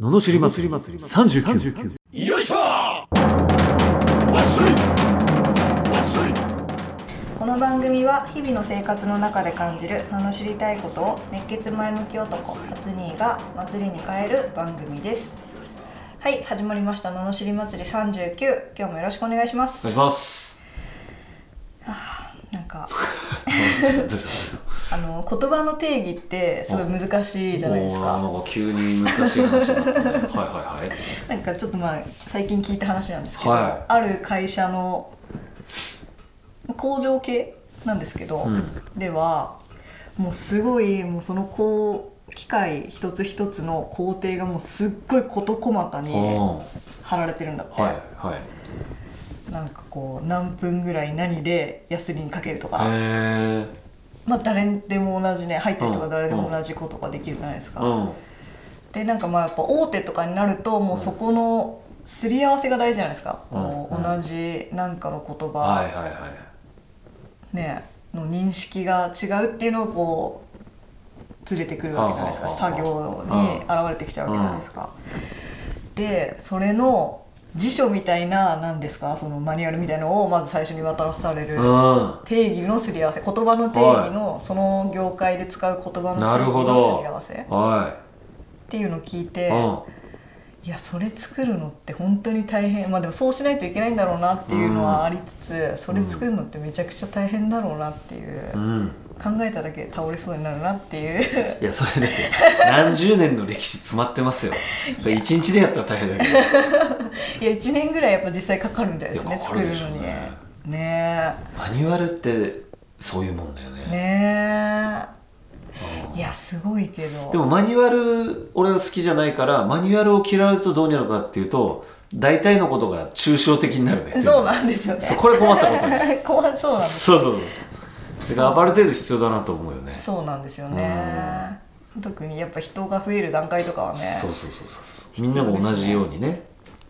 ののしり祭り39よいしょわっしょいわっしょいこの番組は日々の生活の中で感じる罵りたいことを熱血前向き男初兄が祭りに変える番組ですはい始まりました罵り祭り39今日もよろしくお願いしまお願いすしますなんかどうしたどうしたどうあの言葉の定義ってすごい難しいしじたゃないですもうかなんか急に難しい話になったねはいはいはい なんかちょっとまあ最近聞いた話なんですけど、はいある会社の工場系なんですけど、んではもうすごいもうそのこう機械一つ一つの工程がもうすっごい事細かにうん貼られてるんだって、はいはいなんかこう何分ぐらい何でヤスリにかけるとか、へえまあ誰でも同じね入ってる人うがん誰でも同じことができるじゃないですか。うんでなんかまあやっぱ大手とかになるともうそこのすり合わせが大事じゃないですか、うんこううん同じなんかの言葉、はいはいはいね、の認識が違うっていうのをこう連れてくるわけじゃないですかはあはあ作業はに現れてきちゃうわけじゃないですか。でそれの辞書みたいな何ですかそのマニュアルみたいのをまず最初に渡されるう定義のすり合わせ言葉の定義のその業界で使う言葉の定なる義ほのどすり合わせっんはていうのを聞いいて。ういやそれ作るのって本当に大変まあでもそうしないといけないんだろうなっていうのはありつつ、それ作るのってめちゃくちゃ大変だろうなっていう、んうん考えただけで倒れそうになるなっていういやそれだって何十年の歴史詰まってますよ一日でやったら大変だけどいや1年ぐらいやっぱ実際かかるみたいですいねやかか作るるでしょのうねにねねマニュアルってそういうもんだよえねねうんえいやすごいけどでもマニュアル俺は好きじゃないからマニュアルを嫌うとどうなるかっていうと大体のことが抽象的になるねそうなんですよねそうこれ困ったことね こうそうなんです そうそうそうだからある程度必要だなと思うよねそうなんですよね特にやっぱ人が増える段階とかはねそうそうそうそうそうみんなが同じようにね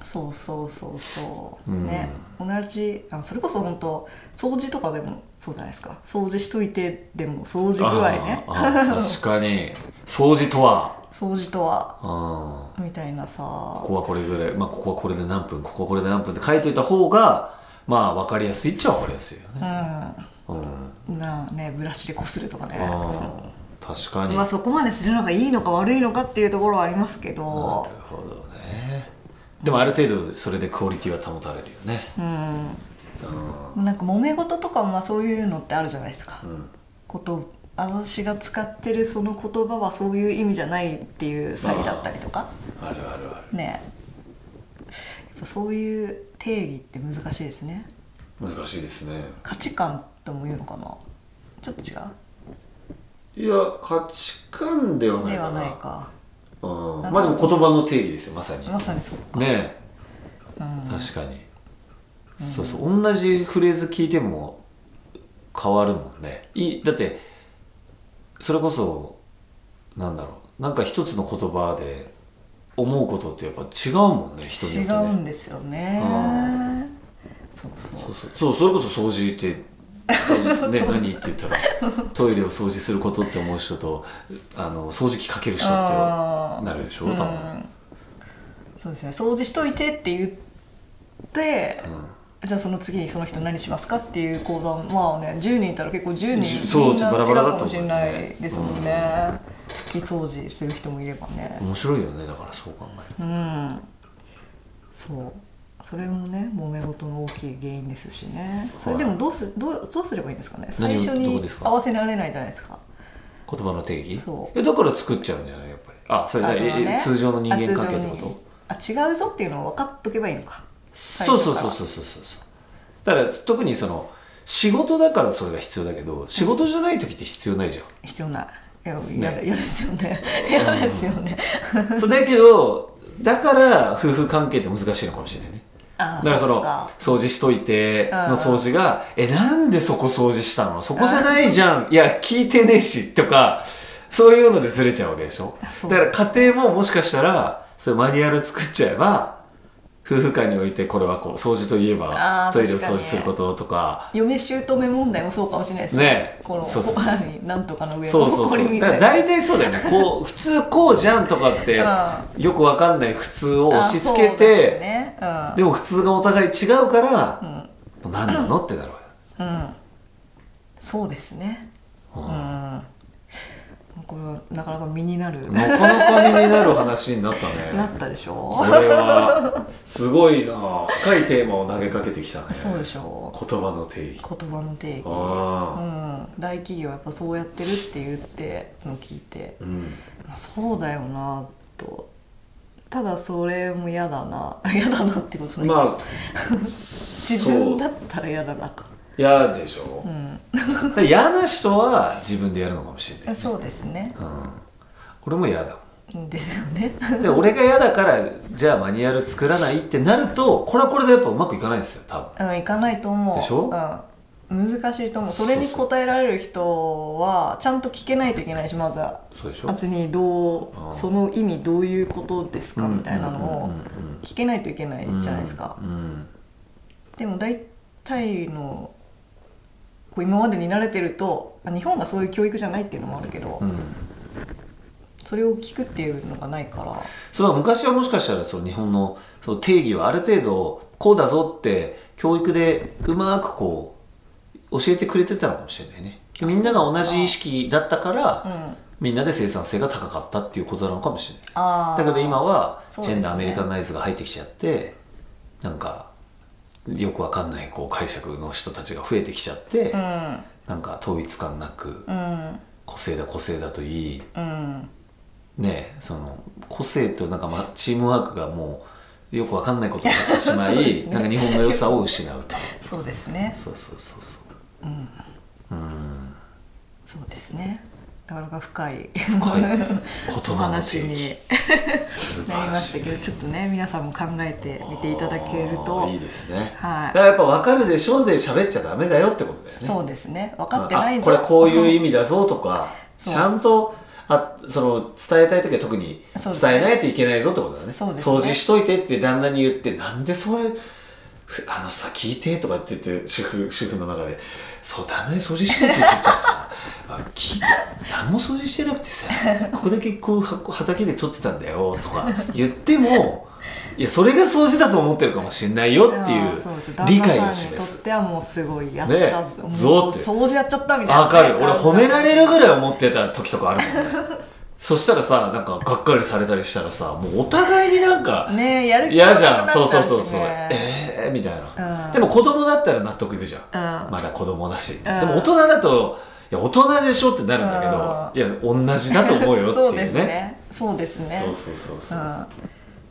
そうそうそうそう、うんね同じあそれこそ本当掃除とかでもそうじゃないですか掃除しといてでも掃除具合ねあーあー確かに掃除とは掃除とはあーみたいなさここはこれぐらい、まあ、ここはこれで何分ここはこれで何分って書いといた方がまあ分かりやすいっちゃ分かりやすいよね、うんうんなあねブラシでこするとかねあー確かにまあそこまでするのがいいのか悪いのかっていうところはありますけなどるほどねでもある程度それでクオリティは保たれるよねうんうんなんか揉め事とかもまあそういうのってあるじゃないですか、うんこと私が使ってるその言葉はそういう意味じゃないっていう差異だったりとかあるあるあるねえやっぱそういう定義って難しいですね難しいですね価値観とも言うのかなちょっと違ういや価値観ではないではかなないかうんなんまかあでも言葉の定義ですよまさにまさにそうか、ねうんえ確かに、そうそう同じフレーズ聞いても変わるもんねいいだってそれこそなんだろうなんか一つの言葉で思うことってやっぱ違うもんね人によ違って、ね、うんですよねうそうそうそうそうそうそれこそ掃除って、 ね、何って言ったらトイレを掃除することって思う人とあの掃除機かける人ってあーなるでしょう多ん分、そうですね掃除しといてって言ってうんじゃあその次にその人何しますかっていう行動まあね10人いたら結構10じゅ人そうみんな違バラうバラだと思うかもしれないですもんね拭き掃除する人もいればね面白いよねだからそう考えるとうんそうそれもね揉め事の大きい原因ですしねそれでもどうすどうどうすればいいんですかね最何を初どこにですか合わせられないじゃないですか言葉の定義そうえだから作っちゃうんじゃないやっぱりあそれあえそのねえ通常の人間関係ってあこ通常にとあ違うぞっていうのを分かっとけばいいのかそうそうそううそうそうそうそうだから特にその仕事だからそれが必要だけど仕事じゃない時って必要ないじゃん必要ないいや嫌だ嫌ですよね 嫌ですよねそうだけどだから夫婦関係って難しいのかもしれないね あだーからそっのか掃除しといての掃除が「えなんでそこ掃除したのそこじゃないじゃんいや聞いてねえし」とかそういうのでずれちゃうわけでしょあそうだから家庭ももしかしたらそういうマニュアル作っちゃえば夫婦間においてこれはこう掃除といえばあートイレを確掃かに除することとか嫁姑問題もそうかもしれないですねねこのそうそうそうここに なんとかの上のそうそうそ誇りうみだたからいな大体そうだよねこう普通こうじゃんとかってあよくわかんない普通を押し付けあそうですてねでも普通がお互い違うからうもんうんう何なのってだろうようんそうですねううんんこれはなかなか身になるなかなか身になる話になったなねったでしこょれはすごいな深いテーマを投げかけてきたねそうでしょ言葉の定義言葉の定義あうん、大企業はやっぱそうやってるって言っての聞いてあうんまあそうだよなとただそれも嫌だな 嫌だなってことね、まあ 自分だったら嫌だな嫌でしょう、んだから嫌な人は自分でやるのかもしれない、そうですねうん、俺も嫌だですよねもんで俺が嫌だからじゃあマニュアル作らないってなるとこれはこれでやっぱうまくいかないんですよ多分うんいかないと思うでしょうん、難しいと思うそれに応えられる人はちゃんと聞けないといけないしまずはそうでしょ初にどあーうその意味どういうことですかみたいなのうをんうん聞けないといけないうんうんじゃないですか、うんでも大体のこう今までに慣れてるとあ日本がそういう教育じゃないっていうのもあるけど、うんそれを聞くっていうのがないからそれは昔はもしかしたらその日本のその定義をある程度こうだぞって教育でうまくこう教えてくれてたのかもしれないねみんなが同じ意識だったから、うんあみんなで生産性が高かったっていうことなのかもしれないあーだけど今はそうですね変なアメリカナイズが入ってきちゃって、なんかよくわかんないこう解釈の人たちが増えてきちゃって、うんなんか統一感なくうん個性だ個性だといいうんねその個性となんか、ま、チームワークがもうよくわかんないことになってしまい、 そうですねなんか日本の良さを失うとそうですねそうそうそうそううんうんそうですねなかなか深い 深いお言葉の話定義に素晴 なりらましたしいけどちょっとね皆さんも考えてみていただけるあとーいいですね、はだかいらやっぱ分かるでしょうで喋っちゃダメだよってことだよねそうですね分かってないあぞこれこういう意味だぞとか そうちゃんとあその伝えたい時は特にそうですね伝えないといけないぞってことだねそうですね掃除しといてって旦那に言ってなんでそういうふあのさ聞いてとかって言って主婦主婦の中でそう旦那に掃除しといてって言ったらさ あき何も掃除してなくてさここだけこうは畑で取ってたんだよとか言ってもいやそれが掃除だと思ってるかもしれないよってい あーうそですよ旦理那さん解をに示とっすてはもうすごいやったねぞ、もうぞって掃除やっちゃったみたいなわかる俺褒められるぐらい思ってた時とかあるもんねそしたらさなんかがっかりされたりしたらさもうお互いになんかねえやる気嫌じゃなくなっんたしそうそうそうそうねええー、みたいな、うんでも子供だったら納得いくじゃん、うんまだ子供だし、んでも大人だといや大人でしょってなるんだけど、いや同じだと思うよって そういでうすねねそうですね、そうそうそうそううん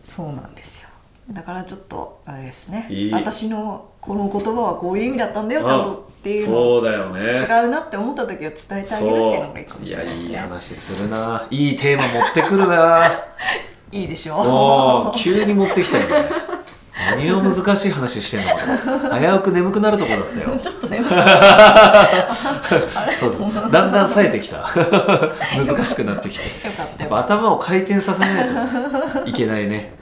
そうなんですよだからちょっとあれですねいい私のこの言葉はこういう意味だったんだよちゃんとっていうのをそうだよね違うなって思った時は伝えてあげるっていうのがいいかもしれないでそういやいすいね話するないいテーマ持ってくるないいでしおょー急に持ってきたよね何を難しい話してんのかと危うく眠くなるとこだったよ ちょっとね、まあ、あれそうそうだんだん冴えてきた 難しくなってきてよかっやったよかぱ頭を回転させないといけないね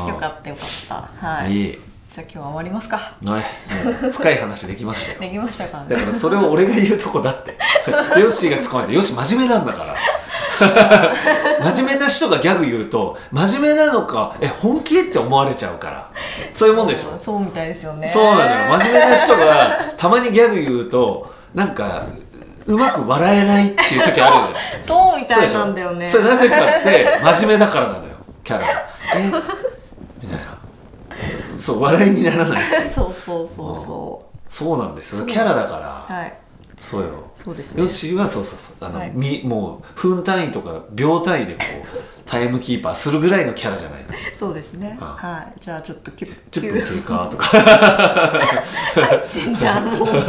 った よかったよかったあはーいいい、じゃあ今日は終わりますかはいうん深い話できましたよできましたかだねからそれを俺が言うとこだって ヨッシーが突っ込んで「ヨッシー真面目なんだから」 真面目な人がギャグ言うと真面目なのかえ本気って思われちゃうからそういうもんでしょそうみたいですよねそうなのよ真面目な人がたまにギャグ言うとなんかうまく笑えないっていう時あるのよそうみそうたでいしょなんだよねそれなぜかって真面目だからなのよキャラがえみたいなそう笑いにならない そうそうそうそそうなんですよキャラだかうらはいそうよそうですねよしはそうそうそうあの、はいみもう分単位とか秒単位でこうタイムキーパーするぐらいのキャラじゃないとそうですねあはいじゃあちょっときゅ10急分経過とかってんじゃんもうそうぐらい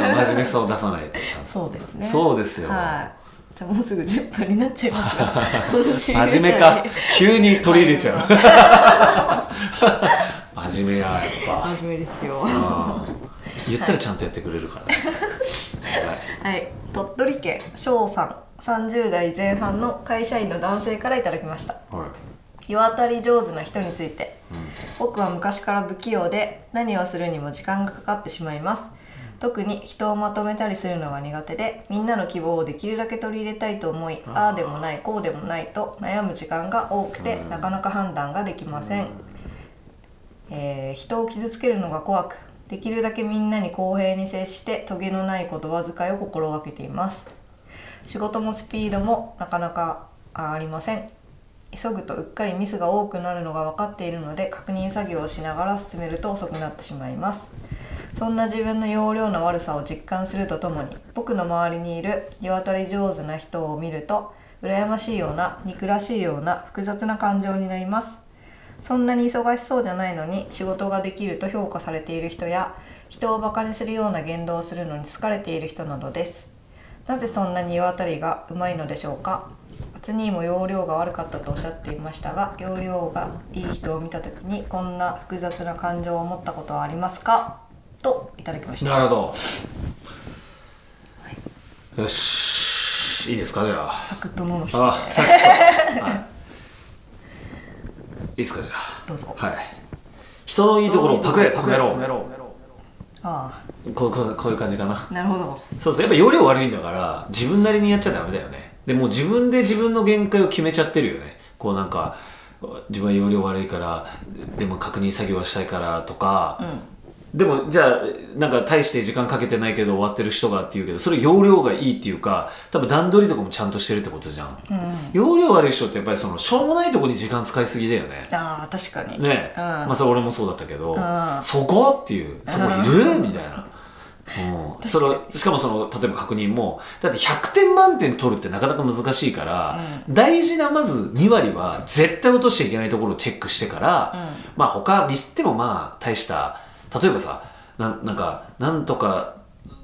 の真面目さを出さないとちゃんとそうですねそうですよはいじゃあもうすぐ10分になっちゃいます が真面目か急に取り入れちゃう真面目ややっぱ真面目ですようん 言ったらちゃんとやってくれるからね、はい、鳥取県翔さん30代前半の会社員の男性からいただきましたはいはい世渡り上手な人について、僕は昔から不器用で何をするにも時間がかかってしまいます特に人をまとめたりするのが苦手でみんなの希望をできるだけ取り入れたいと思いああでもないこうでもないと悩む時間が多くて、なかなか判断ができません、えー人を傷つけるのが怖くできるだけみんなに公平に接してトゲのない言葉遣いを心がけています仕事もスピードもなかなかあありません急ぐとうっかりミスが多くなるのが分かっているので確認作業をしながら進めると遅くなってしまいますそんな自分の容量の悪さを実感するとともに僕の周りにいる世渡り上手な人を見ると羨ましいような憎らしいような複雑な感情になりますそんなに忙しそうじゃないのに仕事ができると評価されている人や人をバカにするような言動をするのに疲れている人などですなぜそんなに世渡りがうまいのでしょうか厚にも容量が悪かったとおっしゃっていましたが容量がいい人を見た時にこんな複雑な感情を持ったことはありますかといただきましたなるほど。よし。いいですか、じゃあ。サクッとののしあ、さっきと。はい、いいですか、じゃあ。どうぞはい。人のいいところをパクれ、パクめろ。あこうこうこういう感じかな。あなるほどそうそう、やっぱ容量悪いんだから、自分なりにやっちゃダメだよね。でもう自分で自分の限界を決めちゃってるよね。こうなんか、自分は容量悪いから、でも確認作業はしたいからとか、でもじゃあなんか大して時間かけてないけど終わってる人がっていうけどそれ容量がいいっていうか多分段取りとかもちゃんとしてるってことじゃん、うん、うん、容量悪い人ってやっぱりそのしょうもないとこに時間使いすぎだよねああ確かにねうんまあそれ俺もそうだったけど、んそこっていうそこいるみたいな、うん、そのしかもその例えば確認もだって100点満点取るってなかなか難しいから、大事なまず2割は絶対落としちゃいけないところをチェックしてから、うんまあ他ミスってもまあ大した例えばさななんかなんとか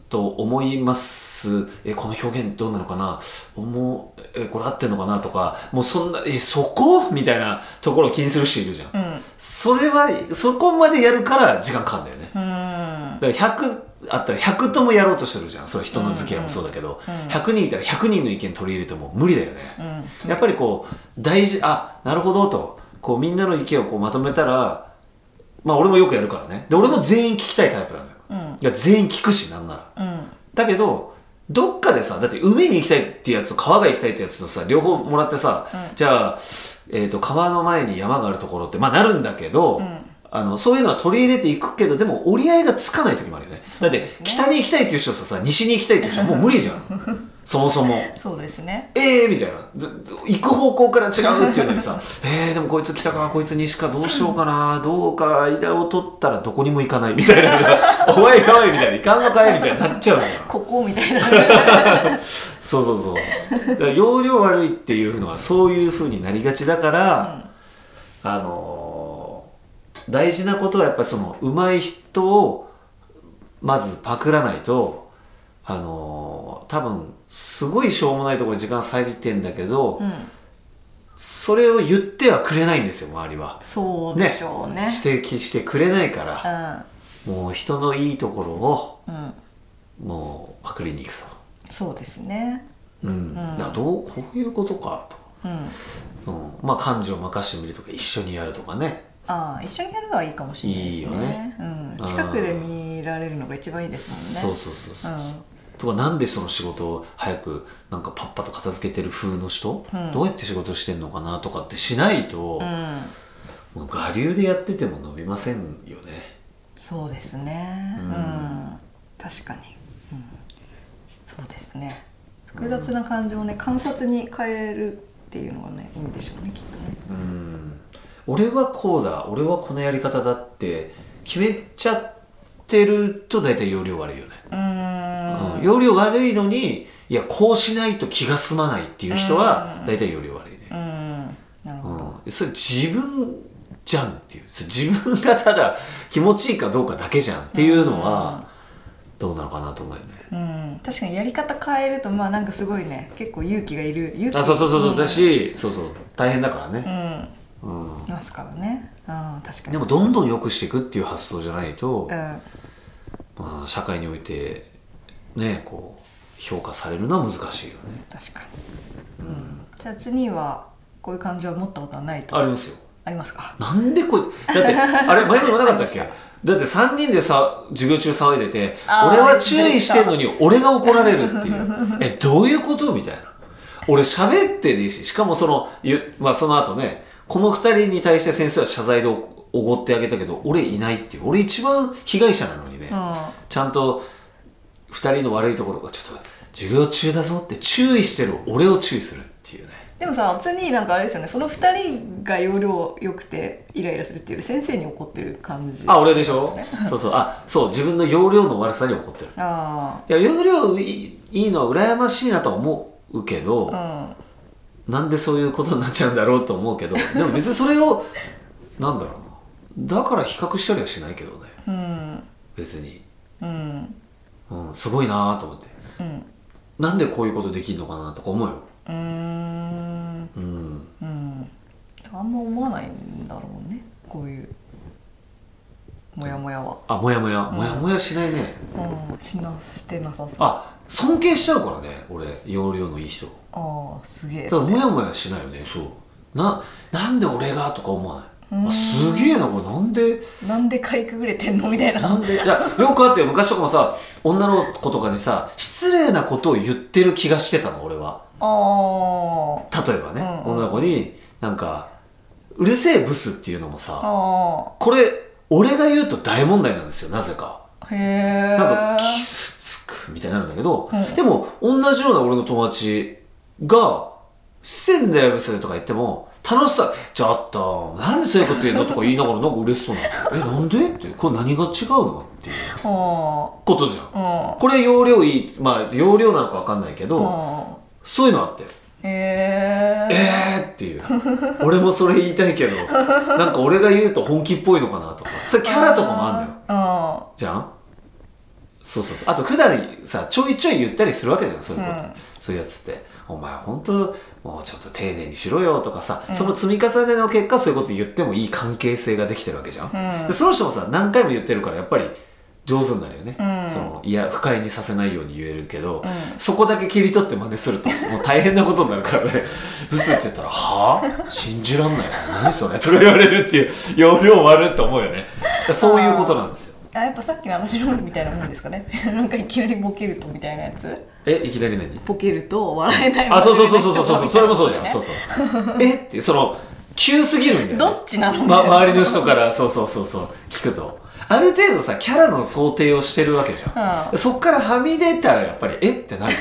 と思いますえこの表現どうなのかな思うえこれ合ってんのかなとかもうそんなえそこみたいなところを気にする人いるじゃん、うんそれはそこまでやるから時間かかるんだよねうんだから100あったら100ともやろうとしてるじゃんそれ人の付き合いもそうだけど、100人いたら100人の意見取り入れても無理だよね、うんやっぱりこう大事あなるほどとこうみんなの意見をこうまとめたらまあ俺もよくやるからねで俺も全員聞きたいタイプなのよ、うんいや全員聞くしなんならうんだけどどっかでさだって海に行きたいってやつと川が行きたいってやつとさ両方もらってさ、じゃあ、えー、と川の前に山があるところってまあなるんだけど、あのそういうのは取り入れていくけどでも折り合いがつかない時もあるよねだって北に行きたいっていう人とさ西に行きたいっていう人もう無理じゃ んそもそもそうですねええみたいなずず行く方向から違うっていうのにさ えー、でもこいつ北かこいつ西かどうしようかなどうか間を取ったらどこにも行かないみたいなお前かわいいみたいないかんのかいみたいになっちゃうのよここみたい なそうそうそうだから容量悪いっていうのはそういうふうになりがちだから、あのー大事なことはやっぱりその上手い人をまずパクらないとあのー多分すごいしょうもないところに時間割いてんだけど、うんそれを言ってはくれないんですよ周りは。そうでしょうね指摘してくれないから、もう人のいいところをうんうんもうパクりに行くと。そうですねうんだからどうこういうことかと。うんうん、まあ漢字を任してみるとか一緒にやるとかねああ一緒にやるのはいいかもしれないですいねいよねうん、近くで見られるのが一番いいですそもんうねそうそううそう、とかなんでその仕事を早くなんかパッパと片付けてる風の人、うんどうやって仕事してんのかなとかってしないと、ん、うん、もう我流でやってても伸びませんよねそうですねう、うんん確かに、うん、そうですね複雑な感情をね観察に変えるっていうのがねいいんでしょうねきっとねうん俺はこうだ俺はこのやり方だって決めちゃってると大体容量悪いよね、うーんうん容量悪いのにいやこうしないと気が済まないっていう人は大体容量悪いね、うんなるほど、うん、それ自分じゃんっていうそれ自分がただ気持ちいいかどうかだけじゃんっていうのはどうなのかなと思うよね。うん、確かにやり方変えるとまあなんかすごいね結構勇気がいる勇気あそうそうそうそうだうんし、そうそう大変だからうね、んうんいますからねああ確かにでもどんどん良くしていくっていう発想じゃないと、うんまあ、社会においてねこう評価されるのは難しいよね。確かに、うん、じゃあ次はこういう感じは持ったことはないとありますよありますかなんでこいだ ってあれ前にもなかったっけだって3人でさ授業中騒いでてあー俺は注意してんのに俺が怒られるっていうえどういうことみたいな俺喋ってねえししかもその、ゆまあ、その後ねこの2人に対して先生は謝罪でおおごってあげたけど俺いないっていう俺一番被害者なのにね、うちゃんと2人の悪いところがちょっと授業中だぞって注意してる俺を注意するっていうねん、でもさ普通になんかあれですよねその二人が要領良くてイライラするっていうより先生に怒ってる感じあ俺でしょですねそうそうあそう自分の容量の悪さに怒ってるあいや容量いいいいのは羨ましいなとは思うけど、あなんでそういうことになっちゃうんだろうと思うけ どでも別にそれをなんだろうなだから比較したりはしないけどねうんうん別に、うんうん、すごいなと思ってうんなんでこういうことできるのかなとか思うようーんうんうんあんま思わないんだろうねこういうモヤモヤは、あもやもやもやもやしないね、うん、しなしてなさそうああ尊敬しちゃうからね俺容量のいい人あーすげえだからモヤモヤしないよねそうななんで俺がとか思わうないんあすげえなこれなんでなんでかいくぐれてんのみたいななんでいやよくあって昔とかもさ女の子とかにさ失礼なことを言ってる気がしてたの俺はあー例えばね、うんうん女の子になんか「うるせえブス」っていうのもさあこれ俺が言うと大問題なんですよなぜかーへなえんか傷つくみたいになるんだけど、うんでも同じような俺の友達が「してんだよそれ」とか言っても楽しさ「ちょっとなんでそういうこと言うの?」とか言いながらなんか嬉しそうな「えなんで?」ってこれ何が違うのっていうあことじゃんあうんこれ容量いいまあ容量なのか分かんないけど、あそういうのあったよーへええーっていう俺もそれ言いたいけどなんか俺が言うと本気っぽいのかなとかそれキャラとかもあんだよあじゃんそうそうそうあと普段さちょいちょい言ったりするわけじゃんそういうこと、うんそういうやつって「お前本当もうちょっと丁寧にしろよ」とかさ、その積み重ねの結果そういうこと言ってもいい関係性ができてるわけじゃん、うんでその人もさ何回も言ってるからやっぱり上手になるよね、うんそのいや不快にさせないように言えるけど、うそこだけ切り取って真似するともう大変なことになるからね 「ブス」って言ったら「はあ信じらんない何それ」とか言われるっていう要領悪いと思うよねそういうことなんですよああやっぱさっきの私のみたいなもんですかね なんかいきなりボケるとみたいなやつえいきなり何ボケると笑えないあそうそうそうそうそうそうそれもそうじゃんねそうそうえってその急すぎるんだよね、どっちなのま、周りの人からそうそうそうそう聞くとある程度さキャラの想定をしてるわけじゃん、うんそっからはみ出たらやっぱりえってなるよ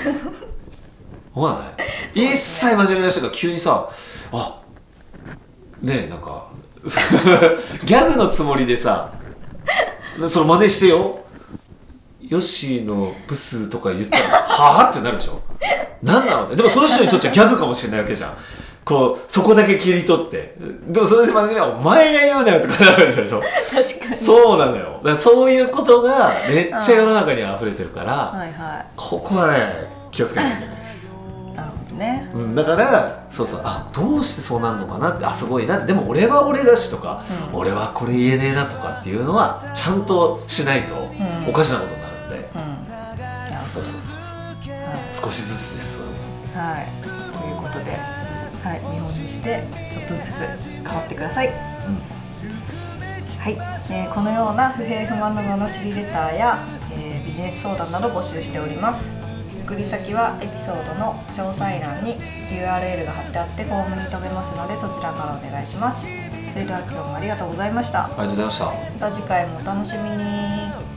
思わない、一切真面目な人が急にさあねえなんか ギャグのつもりでさその真似してよヨッシーのブスとか言ったらはあってなるでしょなんだろうねでもその人にとっちゃギャグかもしれないわけじゃんこうそこだけ切り取ってでもそれで真面目には「お前が言うなよ」とかなるでしょ確かにそうなのよだからそういうことがめっちゃ世の中に溢れてるから、はいはここはね気をつけなきゃいけないですいなるほどねうん、だからそうそうあどうしてそうなんのかなってあすごいなでも俺は俺だしとか、うん俺はこれ言えねえなとかっていうのはちゃんとしないとんおかしなことになるんで、うんなるそうそうそうそうほどはい少しずつですはいということではい見本にしてちょっとずつ変わってくださいはい、えーこのような不平不満の罵りレターや、えービジネス相談など募集しております送り先はエピソードの詳細欄に URL が貼ってあってフォームに飛べますのでそちらからお願いしますそれでは今日もありがとうございましたありがとうございましたまた次回もお楽しみに